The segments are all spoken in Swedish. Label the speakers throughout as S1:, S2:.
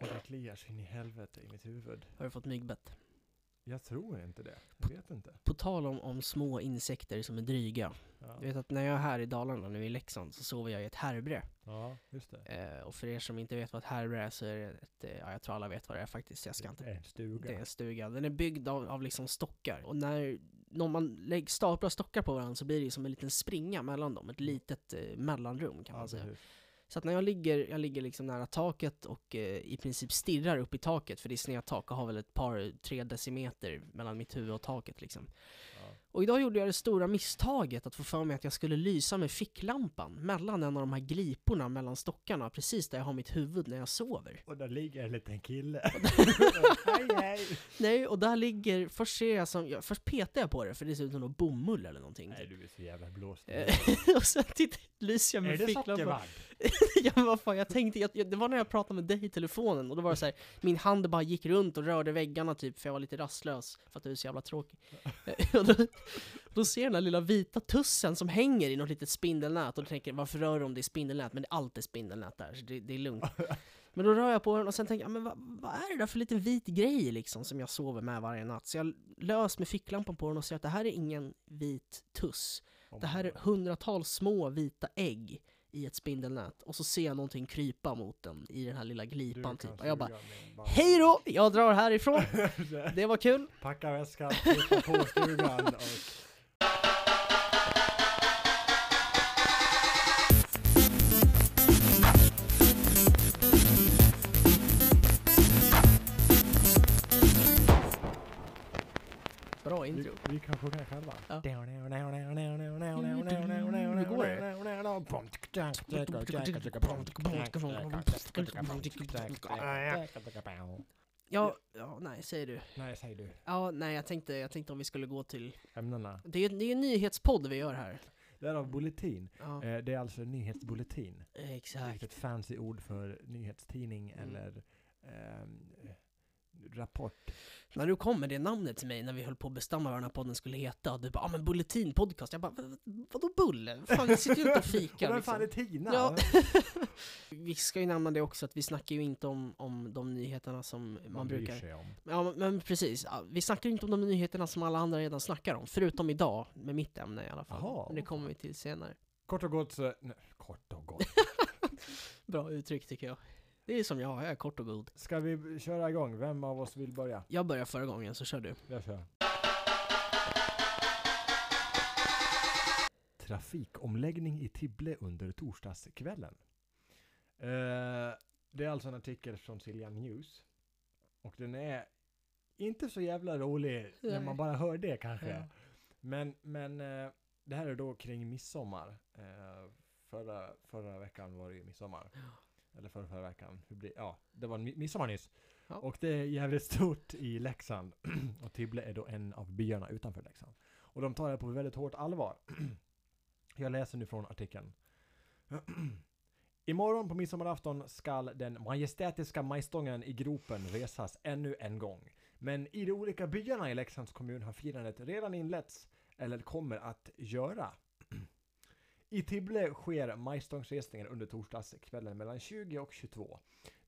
S1: Och det kliar sig in i helvete i mitt huvud.
S2: Har du fått myggbett?
S1: Jag tror inte det. Jag vet inte.
S2: På tal om, om små insekter som är dryga.
S1: Ja,
S2: Du vet att när jag är här i Dalarna, nu i Leksand, så sover jag i ett härbre.
S1: ja just det.
S2: Eh, och för er som inte vet vad ett härbre är så är det ett, eh, ja jag tror alla vet vad det är faktiskt, jag ska inte
S1: En stuga.
S2: Det är en stuga. Den är byggd av, av liksom stockar. Och när, när man lägg, staplar stockar på varandra så blir det som en liten springa mellan dem. Ett litet eh, mellanrum kan
S1: Mm. ja,
S2: man säga.
S1: precis.
S2: Så att när jag ligger, jag ligger liksom nära taket och eh, i princip stirrar upp i taket, för det är snedtak och har väl ett par, tre decimeter mellan mitt huvud och taket liksom.
S1: Ja.
S2: Och idag gjorde jag det stora misstaget att få för mig att jag skulle lysa med ficklampan mellan en av de här gliporna mellan stockarna, precis där jag har mitt huvud när jag sover.
S1: Och där ligger en liten kille. hej hej!
S2: Nej, och där ligger, först ser jag som, jag, först petar jag på det för det ser ut som någon bomull eller någonting
S1: Nej
S2: typ.
S1: du är så jävla blåst.
S2: Eh, och sen tittar, lyser jag
S1: är
S2: med
S1: det
S2: ficklampan.
S1: sockervadd?
S2: ja men vad fan, jag tänkte, jag, jag, det var när jag pratade med dig i telefonen och då var det så här, min hand bara gick runt och rörde väggarna typ för jag var lite rastlös för att du är så jävla tråkig. Eh, och då, då ser jag den där lilla vita tussen som hänger i något litet spindelnät och då tänker jag, varför rör de det i spindelnät? Men det är alltid spindelnät där, så det, det är lugnt. Men då rör jag på den och sen tänker jag, men vad, vad är det där för liten vit grej liksom som jag sover med varje natt? Så jag lös med ficklampan på den och ser att det här är ingen vit tuss. Det här är hundratals små vita ägg i ett spindelnät och så ser jag någonting krypa mot den i den här lilla
S1: Du kan
S2: glipan typ. Och jag bara
S1: suga min bambu.
S2: Hej då! Jag drar härifrån! Det var kul!
S1: Packa väskan, flytta på stugan och...
S2: Bra
S1: Vi,
S2: intro.
S1: vi kan sjunga själva.
S2: Ja.
S1: Hur
S2: går det? Ja, ja, nej, säger du.
S1: Nej, säg du.
S2: Ja, nej, jag tänkte, jag tänkte om vi skulle gå till...
S1: Ämnena.
S2: Det är, det är en nyhetspodd vi gör här.
S1: Därav bulletin.
S2: Ja,
S1: Eh, Det är alltså en nyhetsbulletin.
S2: exakt.
S1: Vilket fancy ord för nyhetstidning
S2: Mm.
S1: eller ehm, eh, rapport.
S2: När du kom med det namnet till mig när vi höll på att bestämma vad den här podden skulle heta, du bara ah, men bulletin podcast. Jag bara "Vad- vadå bulle? Fan, vi sitter ju inte och fikar
S1: Och vem
S2: liksom."
S1: fan är Tina?
S2: Ja. Vi ska ju nämna det också att vi snackar ju inte om, om de nyheterna som man,
S1: Man bryr
S2: brukar...
S1: sig om.
S2: Ja men- men precis, Ja, vi snackar ju inte om de nyheterna som alla andra redan snackar om, förutom idag med mitt ämne i alla fall.
S1: Jaha.
S2: Men det kommer vi till senare.
S1: Kort och gott så... Nej, kort och gott.
S2: Bra uttryck tycker jag. Det är som jag, jag är kort och god.
S1: Ska vi köra igång? Vem av oss vill börja?
S2: Jag börjar förra gången så kör du.
S1: Jag kör. Trafikomläggning i Tibble under torsdagskvällen. Eh, det är alltså en artikel från Silja News. Och den är inte så jävla rolig när
S2: Nej.
S1: man bara hör det kanske.
S2: Ja.
S1: Men, men eh, det här är då kring midsommar. Eh, förra, förra veckan var det ju midsommar. Eller förra, förra veckan. Hur blir, ja, det var mi- midsommar nyss.
S2: Ja.
S1: Och det är jävligt stort i Leksand. och Tibble är då en av byarna utanför Leksand. Och de tar det på väldigt hårt allvar. Jag läser nu från artikeln. Imorgon på midsommarafton skall den majestätiska majstången i gropen resas ännu en gång. Men i de olika byarna i Leksands kommun har firandet redan inletts, eller kommer att göra. I Tibble sker majstångsresningen under torsdagskvällen mellan 20 och 22.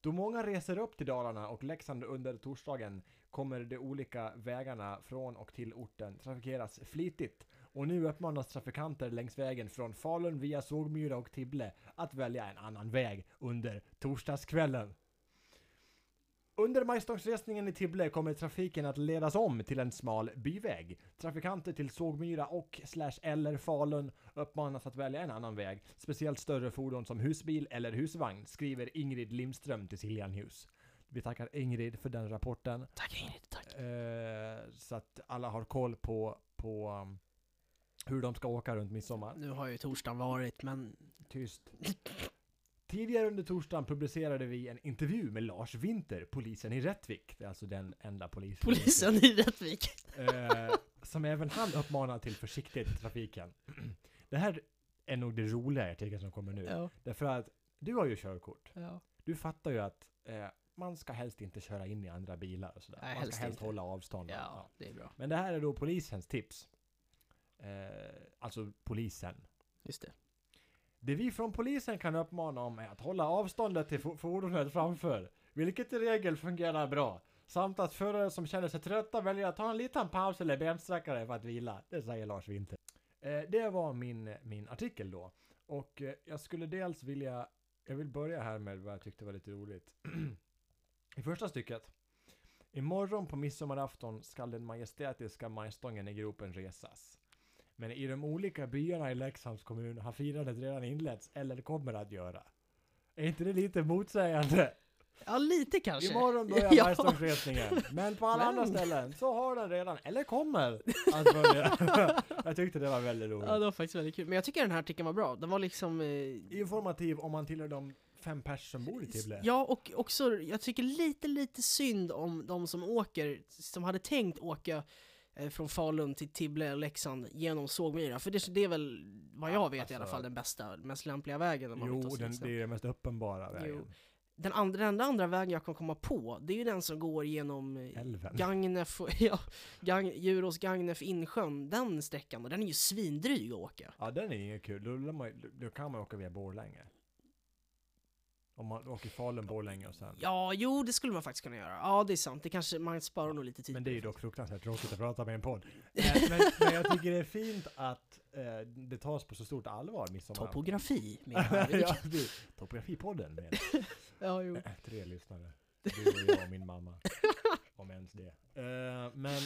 S1: Då många reser upp till Dalarna och Leksand under torsdagen kommer de olika vägarna från och till orten trafikeras flitigt. Och nu uppmanas trafikanter längs vägen från Falun via Sågmyra och Tibble att välja en annan väg under torsdagskvällen. Under majstångsresningen i Tibble kommer trafiken att ledas om till en smal byväg. Trafikanter till Sågmyra och slash eller Falun uppmanas att välja en annan väg, speciellt större fordon som husbil eller husvagn, skriver Ingrid Lindström till Siljan Hughes. Vi tackar Ingrid för den rapporten,
S2: Tack Ingrid, tack.
S1: eh, så att alla har koll på, på um, hur de ska åka runt midsommar.
S2: Nu har ju torsdagen
S1: Mm.
S2: varit men...
S1: Tyst. Tidigare under torsdagen publicerade vi en intervju med Lars Winter, polisen i Rättvik. Det är alltså den enda polisen. i
S2: Polisen i Rättvik.
S1: eh, som även han uppmanar till försiktighet i trafiken. Det här är nog det roliga jag tycker som kommer nu.
S2: Ja,
S1: Därför att du har ju körkort.
S2: ja.
S1: Du fattar ju att eh, man ska helst inte köra in i andra bilar och sådär.
S2: Nej,
S1: man
S2: helst
S1: ska helst
S2: inte.
S1: hålla avstånd.
S2: Ja, det är bra.
S1: Men det här är då polisens tips. Eh, alltså polisen.
S2: Just det.
S1: Det vi från polisen kan uppmana om är att hålla avståndet till fo- fordonet framför. vilket i regel fungerar bra. Samt att förare som känner sig trötta väljer att ta en liten paus eller bensträckare för att vila. Det säger Lars Winter. Eh, det var min, min artikel då. Och eh, jag skulle dels vilja, jag vill börja här med vad jag tyckte var lite roligt. I första stycket. Imorgon på midsommarafton skall den majestätiska majstången i gropen resas. Men i de olika byarna i Leksands kommun har firandet redan inletts eller kommer att göra. Är inte det lite motsägande?
S2: Ja, lite kanske.
S1: Imorgon börjar
S2: Ja.
S1: majstångsresningen. Men på alla
S2: Men-
S1: andra ställen så har den redan, eller kommer, att börja. jag tyckte det var väldigt roligt.
S2: Ja, det var faktiskt väldigt kul. Men jag tycker den här artikeln var bra. Den var liksom... Eh,
S1: Informativ om man tillhör de fem pers som bor i Tibble.
S2: ja, och också, jag tycker lite, lite synd om de som åker, som hade tänkt åka eh, från Falun till Tibble och Leksand genom Sågmyra. För det, det är väl, vad jag
S1: Ja,
S2: vet i alla
S1: alltså-
S2: fall, den bästa, mest lämpliga vägen. Om man vill ta
S1: Jo,
S2: sig till
S1: den,
S2: Leksand.
S1: det är den mest uppenbara
S2: Jo.
S1: vägen.
S2: den, andra, den enda andra vägen jag kan komma på, det är ju den som går genom eh,
S1: Älven.
S2: Gagnef, och- ja, Gang, Djurås, Gagnef, Insjön, den sträckan. Och den är ju svindryg att åka.
S1: Ja, den är inget kul. Då, lär man, ju- då kan man åka via Borlänge. Om man åker Falun, Borlänge och sen.
S2: Ja, jo, det skulle man faktiskt kunna göra. Ja, det är sant. Det kanske, man sparar nog lite tid.
S1: Men
S2: på
S1: det är ju dock fruktansvärt tråkigt att prata med en podd. Eh, men, men jag tycker det är fint att eh, det tas på så stort allvar midsommar.
S2: Topografi, min
S1: ja,
S2: ja.
S1: du, Topografipodden med
S2: ja, jo.
S1: tre lyssnare. Du och jag och min mamma. Om ens det. Eh, men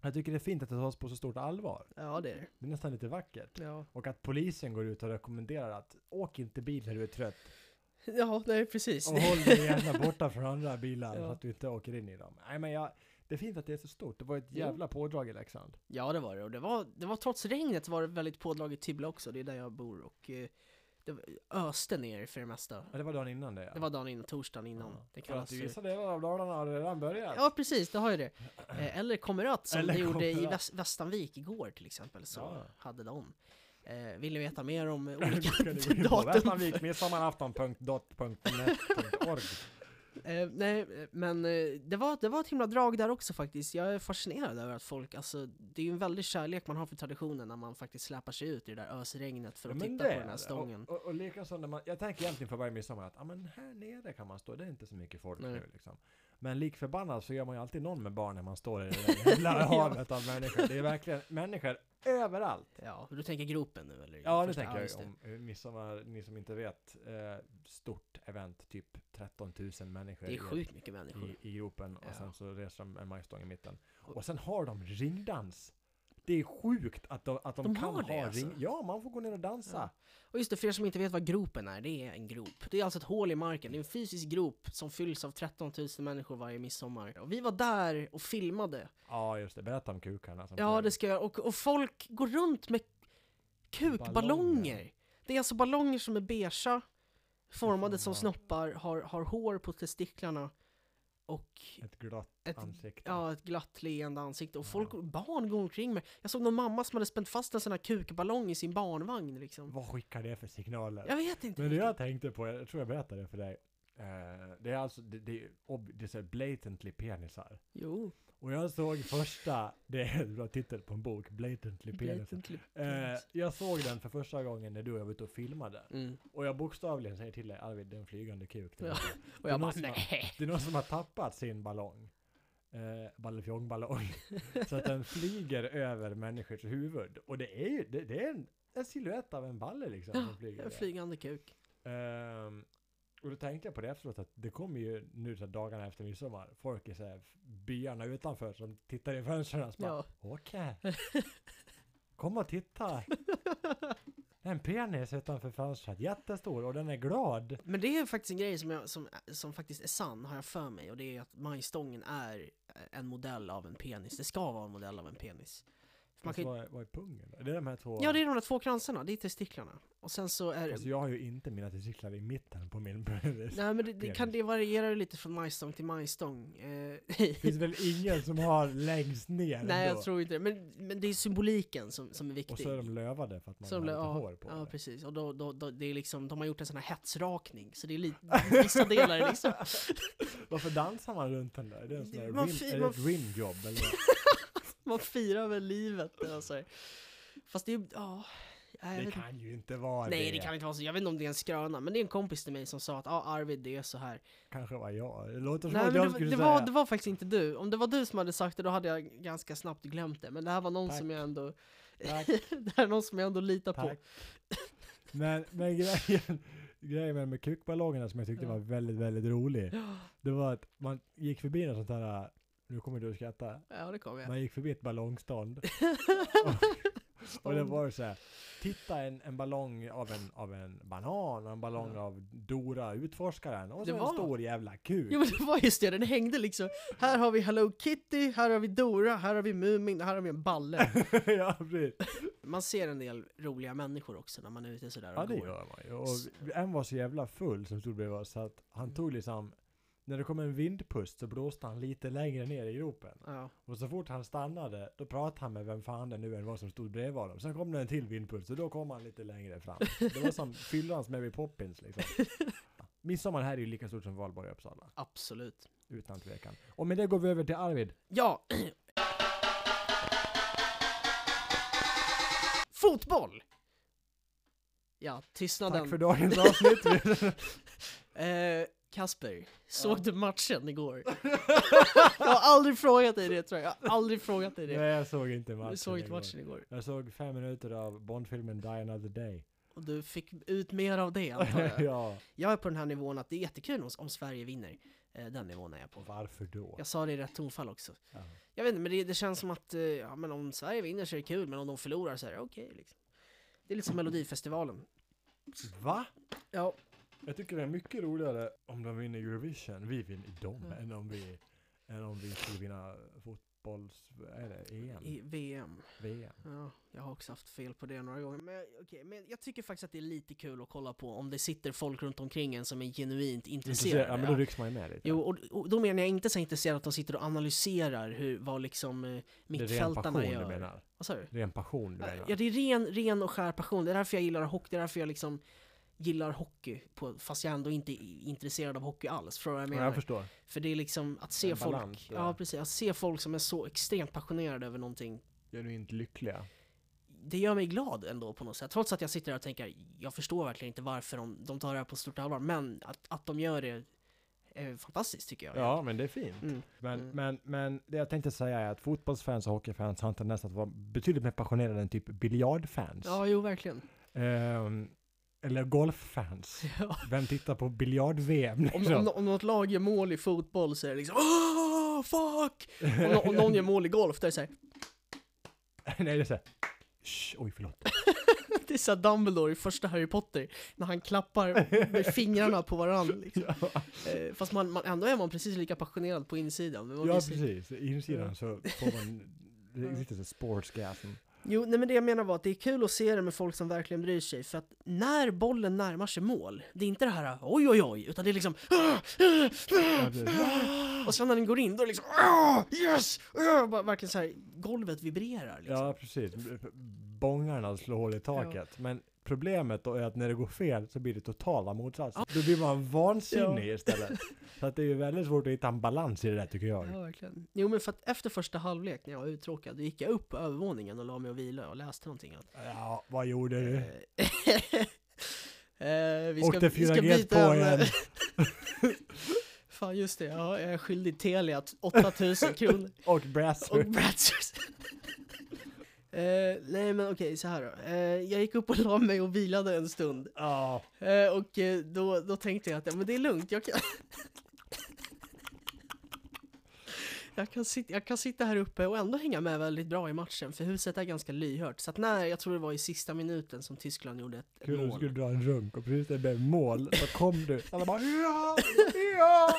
S1: jag tycker det är fint att det tas på så stort allvar.
S2: Ja, det är
S1: Det är nästan lite vackert.
S2: det. Ja,
S1: Och att polisen går ut och rekommenderar att åk inte bil när du är trött.
S2: ja nej, precis.
S1: Och håll dig gärna borta från andra bilar
S2: Ja.
S1: så att du inte åker in i dem. Nej men jag, det är fint att det är så stort. Det var ett
S2: Jo.
S1: jävla pådrag i Leksand.
S2: Ja, det var det. Och det var, det var trots regnet var det väldigt pådraget Tibble också. Det är där jag bor. Och eh, det var- öste ner för det mesta.
S1: Ja, det var dagen innan det ja.
S2: Det var dagen innan, torsdagen innan.
S1: Ja. För
S2: Det
S1: att
S2: kallas
S1: i
S2: ju-
S1: vissa delar av Dalarna har det redan börjat.
S2: Ja precis, det har ju det. Eh, Eller Komerat som
S1: Eller
S2: det gjorde i
S1: Kommerat.
S2: Väst- Västanvik igår till exempel, så
S1: Ja.
S2: hade de. Eh, vill ni veta mer om eh,
S1: Då
S2: olika
S1: ska du gå in på
S2: datum?
S1: Västanvik, midsommarafton.dot.net.org.
S2: Eh, nej, eh, men eh, det var, det var ett himla drag där också faktiskt. Jag är fascinerad över att folk, alltså det är ju en väldig kärlek man har för traditionen när man faktiskt släpar sig ut i det där ösregnet för
S1: Ja,
S2: att
S1: men
S2: titta
S1: det
S2: på
S1: är
S2: den här
S1: det.
S2: stången.
S1: Och, och, och likaså när man, jag tänker egentligen för varje midsommar att ah, men här nere kan man stå, det är inte så mycket folk
S2: Nej.
S1: nu liksom. Men lik förbannat så gör man ju alltid någon med barn när man står i det där jävla havet av människor. Det är verkligen människor överallt.
S2: Ja, du tänker gropen nu eller?
S1: Ja, det
S2: Första-
S1: tänker jag ju
S2: just det.
S1: om eh, midsommar, ni som inte vet, eh, stort event, typ 13 000 människor
S2: Det är
S1: i-
S2: sjukt mycket människor.
S1: i, i gropen och
S2: Ja.
S1: sen så reser de en majstång i mitten.
S2: Och-
S1: Och sen har de ringdans. Det är sjukt att de, att de,
S2: De
S1: kan
S2: har det
S1: ha
S2: alltså?
S1: ring. Ja, man får gå ner och dansa.
S2: Och just det, för er som inte vet vad gropen är, det är en grop. Det är alltså ett hål i marken, det är en fysisk grop som fylls av 13 000 människor varje midsommar. Och vi var där och filmade.
S1: Ja, just det. Berätta om kukarna. Som
S2: Ja, det ska jag Och, och folk går runt med
S1: Ballonger.
S2: kukballonger. Det är alltså ballonger som är beigea, formade som
S1: Ja.
S2: snoppar, har, har hår på testiklarna och
S1: Ett glatt
S2: ett,
S1: ansikte.
S2: ja, ett glatt leende ansikte. Och
S1: Ja.
S2: folk, barn går omkring med. Jag såg någon mamma som hade spänt fast en sån här kukballong i sin barnvagn liksom.
S1: Vad skickar det för signaler?
S2: Jag vet inte.
S1: Men det
S2: riktigt.
S1: jag tänkte på, jag tror jag berättade det för dig. Eh, det är alltså, det, det, är ob- det är så här blatantly penisar.
S2: Jo.
S1: Och jag såg första, det är en bra titel på en bok, Blatantly penisar.
S2: Blatant lip-
S1: Eh, jag såg den för första gången när du och jag var ute och filmade.
S2: Mm.
S1: Och jag bokstavligen säger till dig, Arvid, det är en flygande kuk. Det är
S2: Ja.
S1: det."
S2: Och jag bara
S1: måste man-
S2: nej.
S1: Det är någon som har tappat sin ballong. Eh, Ballefjongballong. så att den flyger över människors huvud. Och det är ju, det, det är en, en silhuett av en balle liksom som flyger.
S2: En
S1: där.
S2: flygande kuk.
S1: Ehm, och då tänkte jag på det efteråt att det kommer ju nu så här dagarna efter midsommar. Folk i så här byarna utanför som tittar i fönstren och så bara
S2: Ja.
S1: Åke! Kom och titta! Det är en penis utanför fönstret, jättestor och den är glad.
S2: Men det är faktiskt en grej som, jag, som, som faktiskt är sann, har jag för mig. Och det är att majstången är eh, en modell av en penis. Det ska vara en modell av en penis. För man
S1: Alltså,
S2: kan, ju-
S1: vad, är, vad är pungen? då? Det är de här två.
S2: ja, det är de där två kransarna, det är testiklarna. Och sen så är
S1: Alltså
S2: det...
S1: jag har ju inte mina testiklar i mitten på min penis.
S2: Nej men det, det, kan,
S1: penis.
S2: det varierar ju lite från majstång till majstång. Eh,
S1: Det finns väl ingen som har längst ner
S2: nej
S1: ändå?
S2: jag tror inte det. Men, men det är symboliken som, som är viktig.
S1: Och så är de lövade för att man har
S2: Så de
S1: lite
S2: blev- ja,
S1: hår på.
S2: Ja,
S1: det.
S2: precis. Och då, då, då, det är liksom, de har gjort en sån här hetsrakning, så det är lite, vissa delar är liksom...
S1: Varför dansar man runt den där? Det är, en sån där
S2: Man
S1: rim,
S2: fi-
S1: är det
S2: man
S1: ett rimjobb eller? vad?
S2: Man firar väl livet. Alltså. Fast det är ju, ja, Nej, jag
S1: Det
S2: vet inte.
S1: kan ju inte vara
S2: Nej
S1: det.
S2: det kan inte vara så, jag vet inte om det är en skröna, men det är en kompis till mig som sa att ja ah, Arvid det är så här.
S1: Kanske var jag. Det låter som
S2: Nej
S1: att
S2: men det,
S1: jag
S2: var-
S1: skulle
S2: det,
S1: säga.
S2: var, det var faktiskt inte du, om det var du som hade sagt det då hade jag ganska snabbt glömt det, men det här var någon
S1: Tack.
S2: som jag ändå,
S1: Tack,
S2: det här är någon som jag ändå litar på.
S1: tack. men men grejen, grejen med, med kukballongerna som jag tyckte
S2: Ja.
S1: var väldigt, väldigt rolig.
S2: Ja.
S1: Det var att man gick förbi något sånt här, nu kommer du att skratta.
S2: Ja det kommer jag.
S1: Man gick förbi ett ballongstånd. Och det var så här, titta en, en ballong av en, av en banan och en ballong
S2: Ja.
S1: av Dora utforskaren och så
S2: Det
S1: en
S2: var-
S1: stor jävla kuk.
S2: Jo men det var just det, den hängde liksom. Här har vi Hello Kitty, här har vi Dora, här har vi Mumin, här har vi en balle.
S1: ja, precis.
S2: Man ser en del roliga människor också när man är ute sådär och
S1: Ja, det
S2: går.
S1: gör man ju. Och en var så jävla full som stod bredvid oss så att
S2: Mm.
S1: han tog liksom, när det kom en vindpust så blåste han lite längre ner i gropen.
S2: Ja.
S1: Och så fort han stannade, då pratade han med vem fan det nu än var som stod bredvid honom. Sen kom det en till vindpust och då kom han lite längre fram. Det var som fyllan som Mary Poppins liksom. Midsommar här är ju lika stort som valborg i Uppsala.
S2: Absolut.
S1: Utan tvekan. Och med det går vi över till Arvid.
S2: Ja! Fotboll! Ja, tystnaden.
S1: Tack för dagens avsnitt.
S2: Eh, Kasper, såg
S1: Ja.
S2: du matchen igår? jag har aldrig frågat dig det tror jag. Jag har aldrig frågat dig
S1: Nej,
S2: det.
S1: jag såg inte matchen.
S2: Du såg inte
S1: igår.
S2: matchen igår.
S1: Jag såg fem minuter av Bondfilmen Die Another Day.
S2: Och du fick ut mer av det antar jag.
S1: ja.
S2: Jag är på den här nivån att det är jättekul om, om Sverige vinner. Eh, den nivån är jag på.
S1: Varför då?
S2: Jag sa det i rätt tonfall också.
S1: Ja.
S2: Jag vet inte, men det, det känns som att eh, ja, men om Sverige vinner så är det kul, men om de förlorar så är det okej. liksom. Det är lite som Melodifestivalen.
S1: Va?
S2: Ja,
S1: Jag tycker det är mycket roligare om de vinner Eurovision. Vi vinner dem
S2: Ja.
S1: än om vi än om vi skulle vinna fotbolls... vad Är det EM?
S2: i VM.
S1: VM?
S2: Ja, jag har också haft fel på det några gånger. Men, okej, men jag tycker faktiskt att det är lite kul att kolla på om det sitter folk runt omkring en som är genuint intresserade.
S1: Ja, men då rycks man ju med lite.
S2: Jo, och, och då menar jag inte så intresserad att de sitter och analyserar hur, vad liksom eh,
S1: det är ren passion
S2: mittfältarna
S1: du
S2: gör.
S1: menar.
S2: Vad sa du?
S1: Det är en passion du menar.
S2: Eh, Ja, det är ren, ren och skär passion. Det är därför jag gillar hockey. Det är därför jag liksom gillar hockey, på, fast jag ändå inte är intresserad av hockey alls. Förstår du vad jag
S1: Ja,
S2: menar?
S1: jag förstår.
S2: För det är liksom att se
S1: En
S2: folk,
S1: balans, det där.
S2: ja precis, att se folk som är så extremt passionerade över någonting.
S1: Genuint lyckliga.
S2: Det gör mig glad ändå på något sätt. Trots att jag sitter här och tänker, jag förstår verkligen inte varför de, de tar det här på stort allvar. Men att, att de gör det är fantastiskt tycker jag.
S1: Ja, men det är fint.
S2: Mm.
S1: Men,
S2: Mm.
S1: men, men det jag tänkte säga är att fotbollsfans och hockeyfans har en tendens att vara betydligt mer passionerade än typ biljardfans.
S2: ja jo verkligen.
S1: Ehm, eller golffans.
S2: Ja.
S1: Vem tittar på biljard-VM?
S2: Om,
S1: liksom?
S2: om, om något lag gör mål i fotboll så är det liksom Åh, fuck! Om, no- om någon gör mål i golf, då är det såhär
S1: Nej, det är såhär. Shh, oj, förlåt.
S2: Det är såhär Dumbledore i första Harry Potter, när han klappar med fingrarna på varandra liksom.
S1: ja,
S2: eh, Fast man, man, ändå är man precis lika passionerad på insidan men man
S1: ja,
S2: blir så-
S1: precis. Insidan
S2: Ja.
S1: så får man det är lite så sportsgasm.
S2: Jo, nej men det jag menar var att det är kul att se det med folk som verkligen bryr sig För att när bollen närmar sig mål, det är inte det här oj oj oj Utan det är liksom ah, Och sen när den går in, då är det liksom "Ah, yes! Ah", bara Verkligen såhär, golvet vibrerar liksom
S1: Ja, precis. Bångarna slår hål i taket. Men problemet då är att när det går fel så blir det totala motsatsen. Då blir man vansinnig istället. Så att det är ju väldigt svårt att hitta en balans i det där tycker jag.
S2: Ja, verkligen. Jo, men för att efter första halvlek när jag var uttråkad, då gick jag upp på övervåningen och la mig och vila och läste någonting. Att,
S1: Ja, vad gjorde du?
S2: eh, eh, vi
S1: Åkte
S2: vi ska
S1: 4G på
S2: byta en,
S1: igen.
S2: eh, Fan, just det. Ja, jag är skyldig Telia 8000 kronor.
S1: Och Brass.
S2: Och Bratzers. Eh, nej men okej, så här då. Eh, jag gick upp och la mig och vilade en stund.
S1: Ja,
S2: Eh, och eh, då, då tänkte jag att ja, men det är lugnt, jag kan... jag, kan sitta, jag kan sitta här uppe och ändå hänga med väldigt bra i matchen, för huset är ganska lyhört. Så att när, jag tror det var i sista minuten som Tyskland gjorde ett, ett
S1: kul om du
S2: mål.
S1: skulle dra en runk och precis när det blev mål så kom du. Alla bara ja, ja.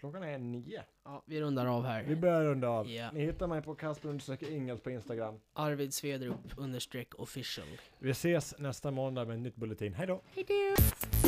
S1: Klockan är nio.
S2: Ja, vi rundar av
S1: Vi
S2: här.
S1: börjar runda av.
S2: Ja.
S1: Ni hittar mig på Kasper undersöker Ingels på Instagram.
S2: Arvid Svedrup understreck official.
S1: Vi ses nästa måndag med en nytt bulletin. Hej då!
S3: Hej då!